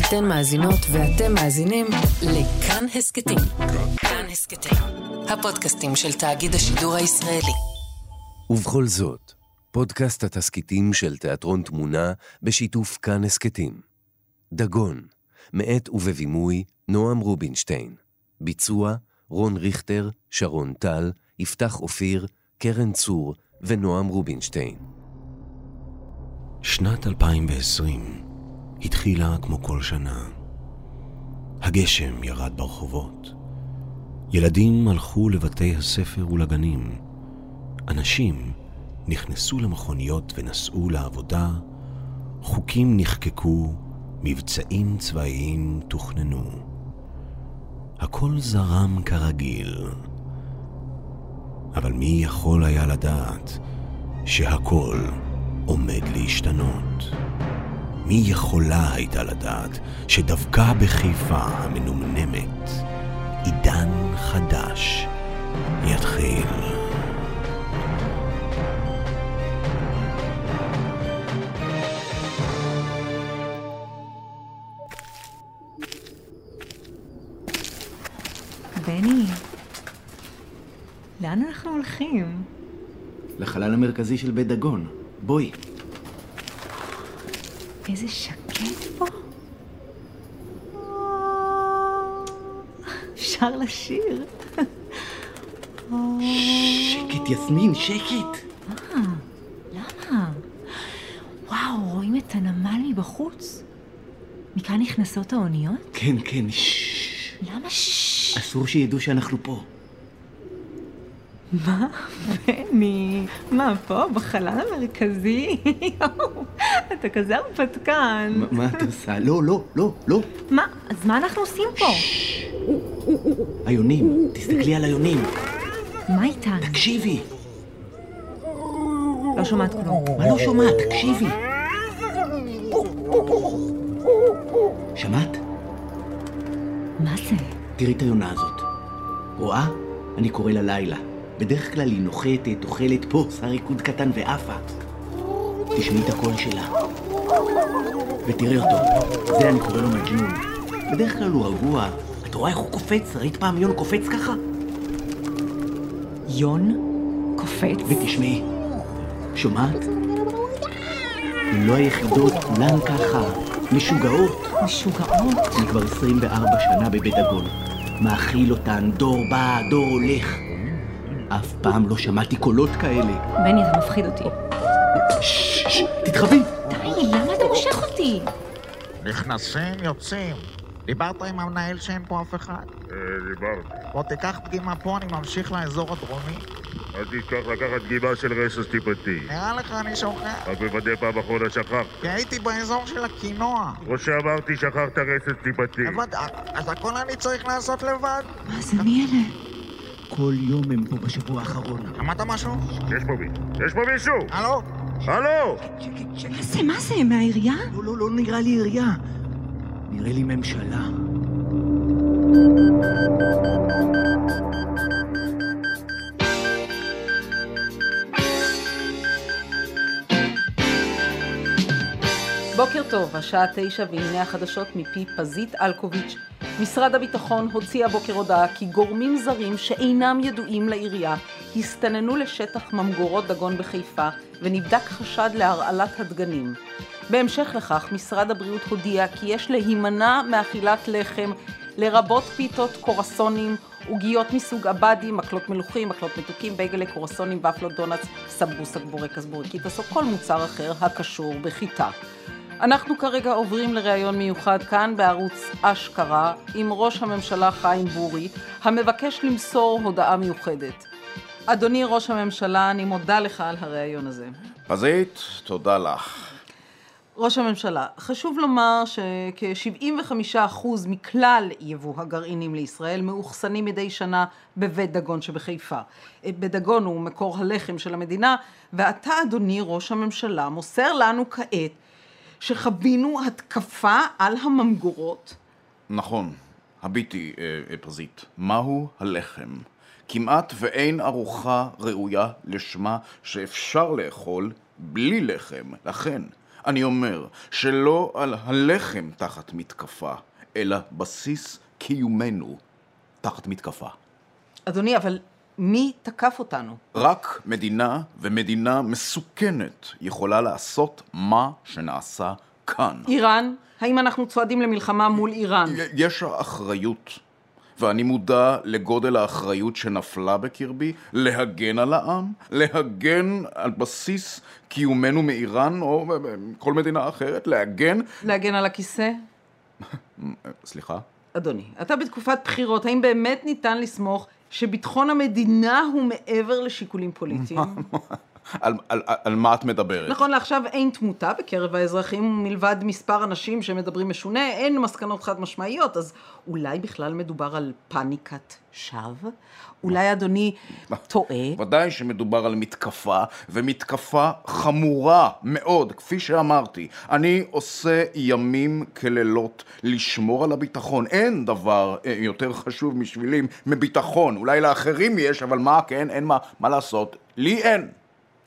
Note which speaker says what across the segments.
Speaker 1: אתן מאזינות ואתם מאזינים לכאן הסכתים. כאן הסכתים, הפודקאסטים של תאגיד השידור הישראלי.
Speaker 2: ובכל זאת, פודקאסט התסכיתים של תיאטרון תמונה בשיתוף כאן הסכתים. דגון, מאת ובבימוי נועם רובינשטיין. ביצוע רון ריכטר, שרון טל, יפתח אופיר, קרן צור ונועם רובינשטיין.
Speaker 3: שנת 2020 התחילה כמו כל שנה. הגשם ירד ברחובות. ילדים הלכו לבתי הספר ולגנים. אנשים נכנסו למכוניות ונסעו לעבודה. חוקים נחקקו, מבצעים צבאיים תוכננו. הכל זרם כרגיל. אבל מי יכול היה לדעת שהכל עומד להשתנות? מי יכולה הייתה לדעת שדווקא בחיפה המנומנמת עידן חדש יתחיל?
Speaker 4: בני, לאן אנחנו הולכים?
Speaker 5: לחלל המרכזי של בית דגון. בואי.
Speaker 4: איזה שקט פה. אפשר לשיר.
Speaker 5: שקט, יסמין, שקט.
Speaker 4: למה? וואו, רואים את הנמל מבחוץ? מכאן נכנסות האוניות?
Speaker 5: כן, כן, ששש.
Speaker 4: למה ש...
Speaker 5: אסור שידעו שאנחנו פה.
Speaker 4: מה? בני, מה פה? בחלל המרכזי? יואו, אתה כזה הרפתקן.
Speaker 5: מה- מה את עושה? לא, לא, לא, לא.
Speaker 4: מה? אז מה אנחנו עושים פה?
Speaker 5: היונים, תסתכלי על היונים.
Speaker 4: מה איתנו?
Speaker 5: תקשיבי.
Speaker 4: לא שומעת כלום.
Speaker 5: מה לא שומעת? תקשיבי. שמעת?
Speaker 4: מה זה?
Speaker 5: תראי את היונה הזאת. רואה? אני קורא לה לילה. בדרך כלל היא נוחתת, אוכלת פה, עושה ריקוד קטן ועפה. תשמעי את הקול שלה. ותראי אותו. זה אני קורא לו מג'נון. בדרך כלל הוא רגוע. את רואה איך הוא קופץ? ראית פעם יון קופץ ככה?
Speaker 4: יון? קופץ?
Speaker 5: ותשמעי, שומעת? אם לא היחידות, כולן ככה, משוגעות.
Speaker 4: משוגעות?
Speaker 5: אני כבר 24 שנה בבית הגון. מאכיל אותן, דור בא, דור הולך. אף פעם לא שמעתי קולות כאלה.
Speaker 4: בני, אתה מפחיד אותי.
Speaker 5: ששש, ששש, תתחבאי!
Speaker 4: די, למה אתה מושך אותי?
Speaker 6: נכנסים, יוצאים. דיברת עם המנהל שאין פה אף אחד?
Speaker 7: דיברתי.
Speaker 6: בוא תיקח דגימה פה, אני ממשיך לאזור הדרומי.
Speaker 7: אל תשכח לקחת דגימה של רסס טיפתי.
Speaker 6: נראה לך אני שוכח?
Speaker 7: רק מוודא פעם אחרונה שכחת.
Speaker 6: כי הייתי באזור של הקינוע.
Speaker 7: כמו שאמרתי, שכחת רסס טיפתי.
Speaker 6: לבד, אז הכל אני צריך לעשות לבד?
Speaker 4: מה זה, מי אלה?
Speaker 5: כל יום הם פה בשבוע האחרון.
Speaker 6: שמעת משהו?
Speaker 7: יש פה מישהו. יש פה מישהו!
Speaker 6: הלו?
Speaker 7: הלו!
Speaker 4: מה זה, מה זה, מהעירייה?
Speaker 5: לא, לא, לא נראה לי עירייה. נראה לי ממשלה.
Speaker 8: בוקר טוב, השעה תשע והנה החדשות מפי פזית אלקוביץ'. משרד הביטחון הוציא הבוקר הודעה כי גורמים זרים שאינם ידועים לעירייה הסתננו לשטח ממגורות דגון בחיפה ונבדק חשד להרעלת הדגנים. בהמשך לכך, משרד הבריאות הודיע כי יש להימנע מאכילת לחם, לרבות פיתות, קורסונים, עוגיות מסוג עבדי, מקלות מלוכים, מקלות מתוקים, בייגלה, קורסונים, ופלות, דונלדס, סמבוסק, בורקס, בוריקיטס או כל מוצר אחר הקשור בחיטה. אנחנו כרגע עוברים לראיון מיוחד כאן בערוץ אשכרה עם ראש הממשלה חיים בורי, המבקש למסור הודעה מיוחדת. אדוני ראש הממשלה, אני מודה לך על הראיון הזה.
Speaker 9: פזית, תודה לך.
Speaker 8: ראש הממשלה, חשוב לומר שכ-75% מכלל יבוא הגרעינים לישראל מאוחסנים מדי שנה בבית דגון שבחיפה.
Speaker 5: אה,
Speaker 8: בית דגון הוא מקור הלחם של המדינה, ואתה, אדוני ראש הממשלה, מוסר לנו כעת שחווינו התקפה על הממגורות.
Speaker 9: נכון, הביטי, אה, אה, פזית, מהו הלחם? כמעט ואין ארוחה ראויה לשמה שאפשר לאכול בלי לחם. לכן, אני אומר שלא על הלחם תחת מתקפה, אלא בסיס קיומנו תחת מתקפה.
Speaker 5: אדוני, אבל מי תקף אותנו?
Speaker 9: רק מדינה ומדינה מסוכנת יכולה לעשות מה שנעשה כאן.
Speaker 5: איראן? האם אנחנו צועדים למלחמה מול איראן?
Speaker 9: י- יש אחריות, ואני מודע לגודל האחריות שנפלה בקרבי להגן על העם, להגן על בסיס קיומנו מאיראן או אה, אה, כל מדינה אחרת, להגן...
Speaker 5: להגן על הכיסא?
Speaker 9: אה, סליחה?
Speaker 5: אדוני, אתה בתקופת בחירות, האם באמת ניתן לסמוך שביטחון המדינה הוא מעבר לשיקולים פוליטיים?
Speaker 9: על, על, על, על מה את מדברת?
Speaker 5: נכון לעכשיו אין תמותה בקרב האזרחים, מלבד מספר אנשים שמדברים משונה, אין מסקנות חד משמעיות, אז אולי בכלל מדובר על פאניקת שווא? אולי אדוני טועה?
Speaker 9: ודאי שמדובר על מתקפה, ומתקפה חמורה מאוד, כפי שאמרתי. אני עושה ימים כלילות לשמור על הביטחון. אין דבר אה, יותר חשוב בשבילי מביטחון. אולי לאחרים יש, אבל מה, כן, אין מה, מה לעשות. לי אין.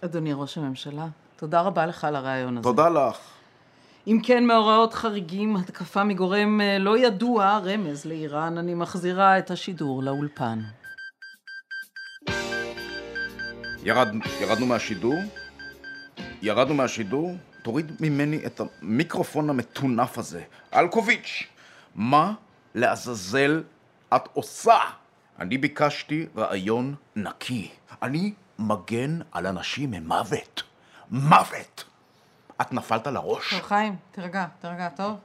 Speaker 5: אדוני ראש הממשלה, תודה רבה לך על הרעיון הזה.
Speaker 9: תודה לך.
Speaker 5: אם כן, מאורעות חריגים, התקפה מגורם אה, לא ידוע, רמז לאיראן, אני מחזירה את השידור לאולפן.
Speaker 9: ירד, ירדנו מהשידור? ירדנו מהשידור? תוריד ממני את המיקרופון המטונף הזה. אלקוביץ', מה לעזאזל את עושה? אני ביקשתי רעיון נקי. אני מגן על אנשים ממוות. מוות! את נפלת על הראש?
Speaker 5: טוב, חיים, תירגע, תירגע, טוב?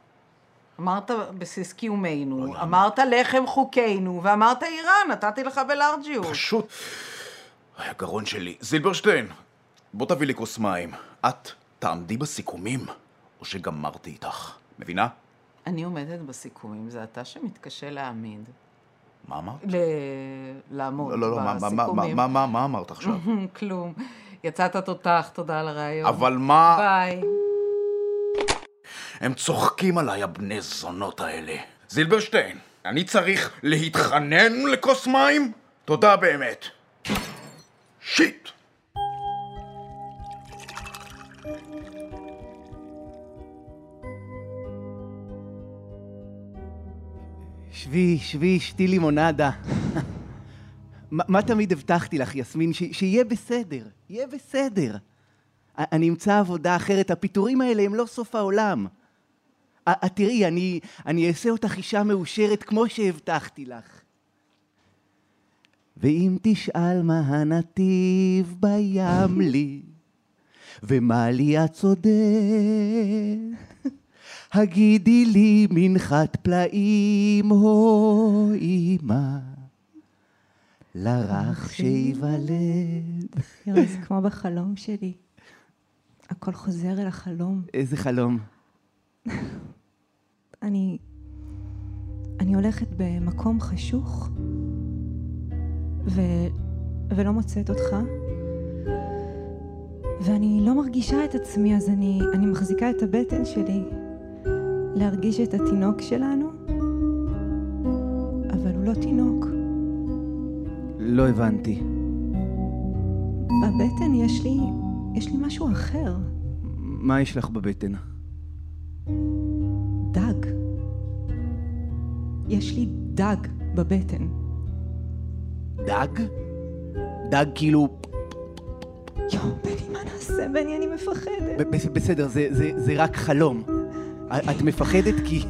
Speaker 5: אמרת בסיס קיומנו, אמרת לחם חוקינו, ואמרת איראן, נתתי לך בלארג'יו.
Speaker 9: פשוט... אוי, הגרון שלי. זילברשטיין, בוא תביא לי כוס מים. את תעמדי בסיכומים, או שגמרתי איתך. מבינה?
Speaker 5: אני עומדת בסיכומים, זה אתה שמתקשה להעמיד.
Speaker 9: מה אמרת?
Speaker 5: ל... לעמוד
Speaker 9: לא, לא, מה- מה- מה- מה-
Speaker 5: בסיכומים.
Speaker 9: מה- מה- מה אמרת עכשיו?
Speaker 5: כלום. יצאת תותח, תודה על הרעיון.
Speaker 9: אבל מה...
Speaker 5: ביי.
Speaker 9: הם צוחקים עליי, הבני זונות האלה. זילברשטיין, אני צריך להתחנן לכוס מים? תודה באמת. שיט!
Speaker 2: שבי, שבי, שתי לימונדה. מה מה תמיד הבטחתי לך, יסמין? ש- שיהיה בסדר, יהיה בסדר. א- אני אמצא עבודה אחרת, הפיטורים האלה הם לא סוף העולם. א- את תראי, אני, אני אעשה אותך אישה מאושרת כמו שהבטחתי לך. ואם תשאל מה הנתיב בים לי, ומה לי הצודק, הגידי לי מנחת פלאים, הו אמא, לרך שייוולד.
Speaker 8: זה כמו בחלום שלי. הכל חוזר אל החלום.
Speaker 2: איזה חלום.
Speaker 8: אני... אני הולכת במקום חשוך, ו... ולא מוצאת אותך, ואני לא מרגישה את עצמי, אז אני, אני מחזיקה את הבטן שלי להרגיש את התינוק שלנו, אבל הוא לא תינוק.
Speaker 2: לא הבנתי.
Speaker 8: בבטן יש לי, יש לי משהו אחר,
Speaker 2: מה יש לך בבטן?
Speaker 8: דג. יש לי דג בבטן.
Speaker 2: דג? דג כאילו...
Speaker 8: יואו, בני, מה נעשה, בני? אני מפחדת.
Speaker 2: ב- ב- בסדר, זה, זה, זה רק חלום. א- את מפחדת כי...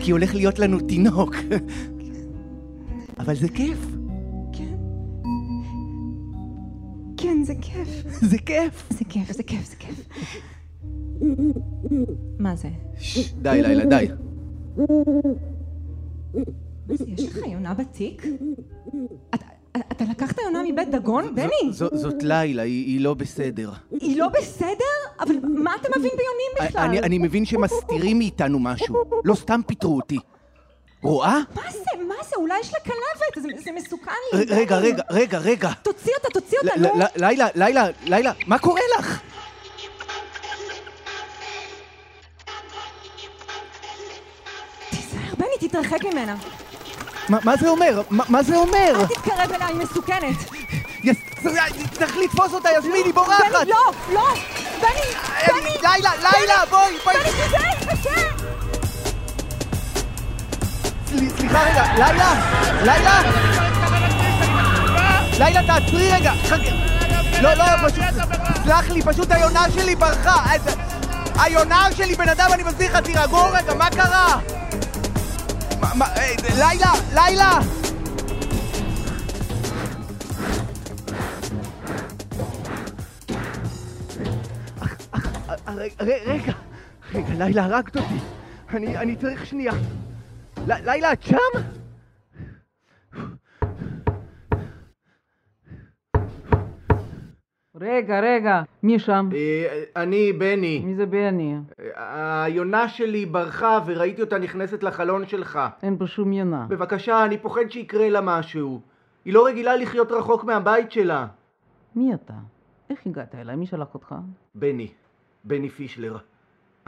Speaker 2: כי הולך להיות לנו תינוק. אבל זה כיף,
Speaker 8: כן. כן, זה כיף.
Speaker 2: זה כיף.
Speaker 8: זה כיף, זה כיף, זה כיף. מה זה?
Speaker 2: ש, די, לילה, די.
Speaker 8: מה זה, יש לך יונה בתיק? אתה- אתה לקחת יונה מבית דגון, בני?
Speaker 2: ז, זאת לילה, היא, היא לא בסדר.
Speaker 8: היא לא בסדר? אבל מה אתה מבין ביונים בכלל?
Speaker 2: אני, אני מבין שמסתירים מאיתנו משהו. לא סתם פיטרו אותי. רואה?
Speaker 8: מה זה? מה זה? אולי יש לה כלבת, זה- זה מסוכן לי.
Speaker 2: ר- רגע,
Speaker 8: בני.
Speaker 2: רגע, רגע, רגע.
Speaker 8: תוציא אותה, תוציא אותה, לא.
Speaker 2: ל-
Speaker 8: נו.
Speaker 2: ל- לילה, לילה, לילה, מה קורה לך?
Speaker 8: תיזהר, בני, תתרחק ממנה.
Speaker 2: מה- מה זה אומר? מה- מה זה אומר?
Speaker 8: אל תתקרב אליי, היא מסוכנת.
Speaker 2: יס- צריך לתפוס אותה, יסמין, היא בורחת!
Speaker 8: בני, לא, לא!
Speaker 10: בני!
Speaker 2: אה,
Speaker 10: בני! לילה, לילה, בואי, בואי! בני, תיזהר, חכה!
Speaker 2: סל- סליחה רגע, לילה! לילה! לילה, תעצרי רגע! חכי! לא, לא, פשוט... סלח לי, פשוט היונה שלי ברחה! אז- היונה שלי, בן אדם, אני מסביר לך, תירגעו רגע, מה קרה? מה- מה- אה, לילה! לילה! אה, רגע, רגע, רגע, לילה, הרגת אותי. אני, אני צריך שנייה. ל- לילה, את שם?
Speaker 5: רגע, רגע, מי שם?
Speaker 2: אה, אני בני. אה,
Speaker 5: מי זה בני?
Speaker 2: היונה שלי ברחה וראיתי אותה נכנסת לחלון שלך.
Speaker 5: אין פה שום יונה.
Speaker 2: בבקשה, אני פוחד שיקרה לה משהו. היא לא רגילה לחיות רחוק מהבית שלה.
Speaker 5: מי אתה? איך הגעת אליי? מי שלח אותך?
Speaker 2: בני, בני פישלר.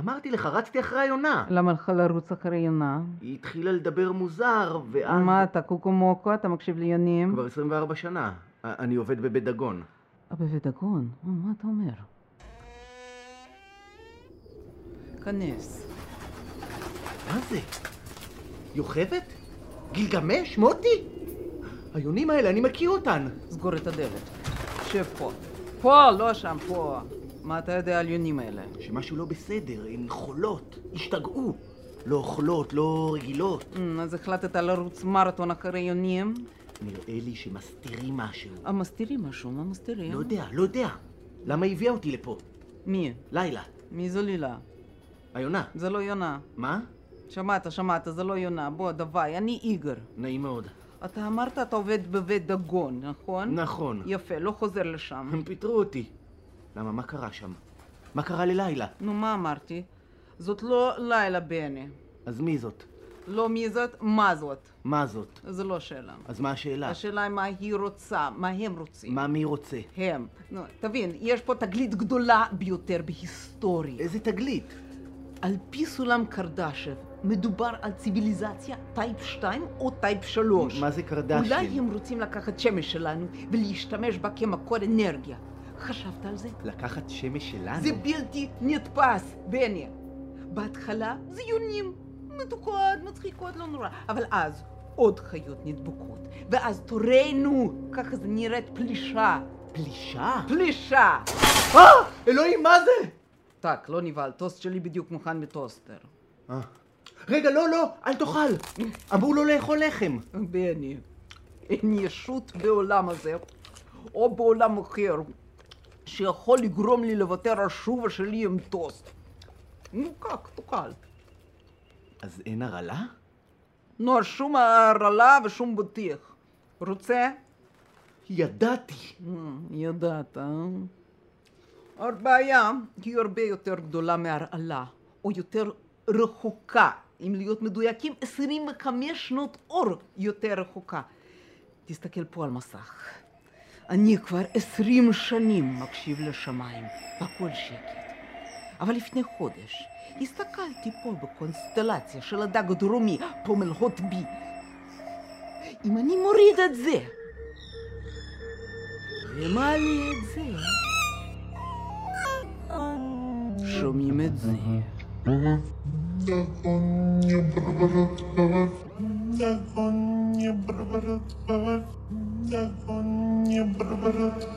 Speaker 2: אמרתי לך, רצתי אחרי היונה.
Speaker 5: למה לך לרוץ אחרי יונה?
Speaker 2: היא התחילה לדבר מוזר, ואז...
Speaker 5: מה אתה, קוקו מוקו? אתה מקשיב ליונים?
Speaker 2: כבר 24 שנה. א- אני עובד בבית דגון.
Speaker 5: אה, בבית דגון? אה, מה אתה אומר? כנס.
Speaker 2: מה זה? יוכבד? גילגמש? מוטי? היונים האלה, אני מכיר אותן.
Speaker 5: סגור את הדלת. שב פה. פה, לא שם, פה. מה אתה יודע על יונים האלה?
Speaker 2: שמשהו לא בסדר, הן חולות, השתגעו. לא אוכלות, לא רגילות.
Speaker 5: אמ, אז החלטת לרוץ מרתון אחרי יונים?
Speaker 2: נראה לי שמסתירים משהו.
Speaker 5: אה, מסתירים משהו, מה מסתירים?
Speaker 2: לא יודע, לא יודע. למה היא הביאה אותי לפה?
Speaker 5: מי?
Speaker 2: לילה.
Speaker 5: מי זו לילה?
Speaker 2: היונה.
Speaker 5: זה לא יונה.
Speaker 2: מה?
Speaker 5: שמעת, שמעת, זה לא יונה. בוא, דוואי, אני איגר.
Speaker 2: נעים מאוד.
Speaker 5: אתה אמרת, אתה עובד בבית דגון, נכון?
Speaker 2: נכון.
Speaker 5: יפה, לא חוזר לשם.
Speaker 2: הם פיטרו אותי. למה, מה קרה שם? מה קרה ללילה?
Speaker 5: נו, מה אמרתי? זאת לא לילה בני.
Speaker 2: אז מי זאת?
Speaker 5: לא מי זאת, מה זאת.
Speaker 2: מה זאת?
Speaker 5: זה לא השאלה.
Speaker 2: אז מה השאלה?
Speaker 5: השאלה היא מה היא רוצה, מה הם רוצים.
Speaker 2: מה מי רוצה?
Speaker 5: הם. נו, תבין, יש פה תגלית גדולה ביותר בהיסטוריה.
Speaker 2: איזה תגלית?
Speaker 5: על פי סולם קרדשב, מדובר על ציוויליזציה טייפ 2 או טייפ 3.
Speaker 2: מה זה קרדשן?
Speaker 5: אולי הם רוצים לקחת שמש שלנו ולהשתמש בה כמקור אנרגיה. חשבת על זה?
Speaker 2: לקחת שמש שלנו?
Speaker 5: זה בלתי נתפס, בני. בהתחלה זה יונים, מתוקות, מצחיקות, לא נורא. אבל אז עוד חיות נדבקות, ואז תורנו, ככה זה נראית פלישה.
Speaker 2: פלישה?
Speaker 5: פלישה!
Speaker 2: אה! אלוהים, מה זה?
Speaker 5: טאק, לא נבהל, טוסט שלי בדיוק מוכן בטוסטר.
Speaker 2: אה. רגע, לא, לא, אל תאכל! אמרו לא לאכול לחם.
Speaker 5: בני, אין ישות בעולם הזה, או בעולם אחר, שיכול לגרום לי לוותר על שובה שלי עם טוסט. נו, כך, תאכל.
Speaker 2: אז אין הרעלה?
Speaker 5: נו, שום הרעלה ושום בטיח. רוצה?
Speaker 2: ידעתי.
Speaker 5: ידעת, אה? הבעיה היא הרבה יותר גדולה מהרעלה, או יותר רחוקה, אם להיות מדויקים, 25 שנות אור יותר רחוקה. תסתכל פה על מסך. אני כבר 20 שנים מקשיב לשמיים, והכל שקט. אבל לפני חודש הסתכלתי פה בקונסטלציה של הדג הדרומי, פה מלכות בי. אם אני מוריד את זה, ומעלה את זה, שומעים את זה.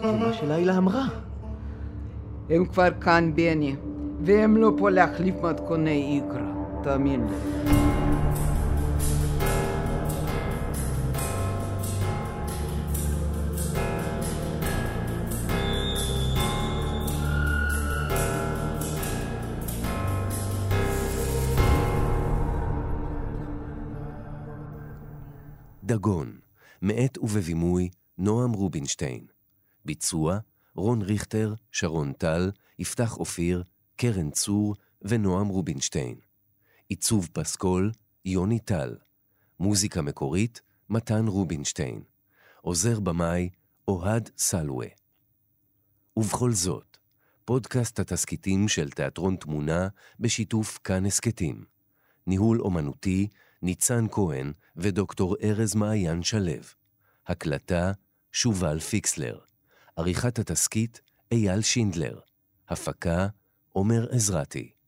Speaker 2: זה מה שלילה אמרה.
Speaker 5: הם כבר כאן, בני, והם לא פה להחליף מתכוני איקרא, תאמין לי.
Speaker 7: דגון, מאת ובבימוי נועם רובינשטיין. ביצוע רון ריכטר, שרון טל, יפתח אופיר, קרן צור ונועם רובינשטיין. עיצוב פסקול, יוני טל. מוזיקה מקורית, מתן רובינשטיין. עוזר במאי, אוהד סלווה. ובכל זאת, פודקאסט התסכיתים של תיאטרון תמונה בשיתוף כאן הסכתים. ניהול אומנותי, ניצן כהן ודוקטור ארז מעיין שלו. הקלטה, שובל פיקסלר. עריכת התסכית, אייל שינדלר.
Speaker 3: הפקה עומר עזרתי.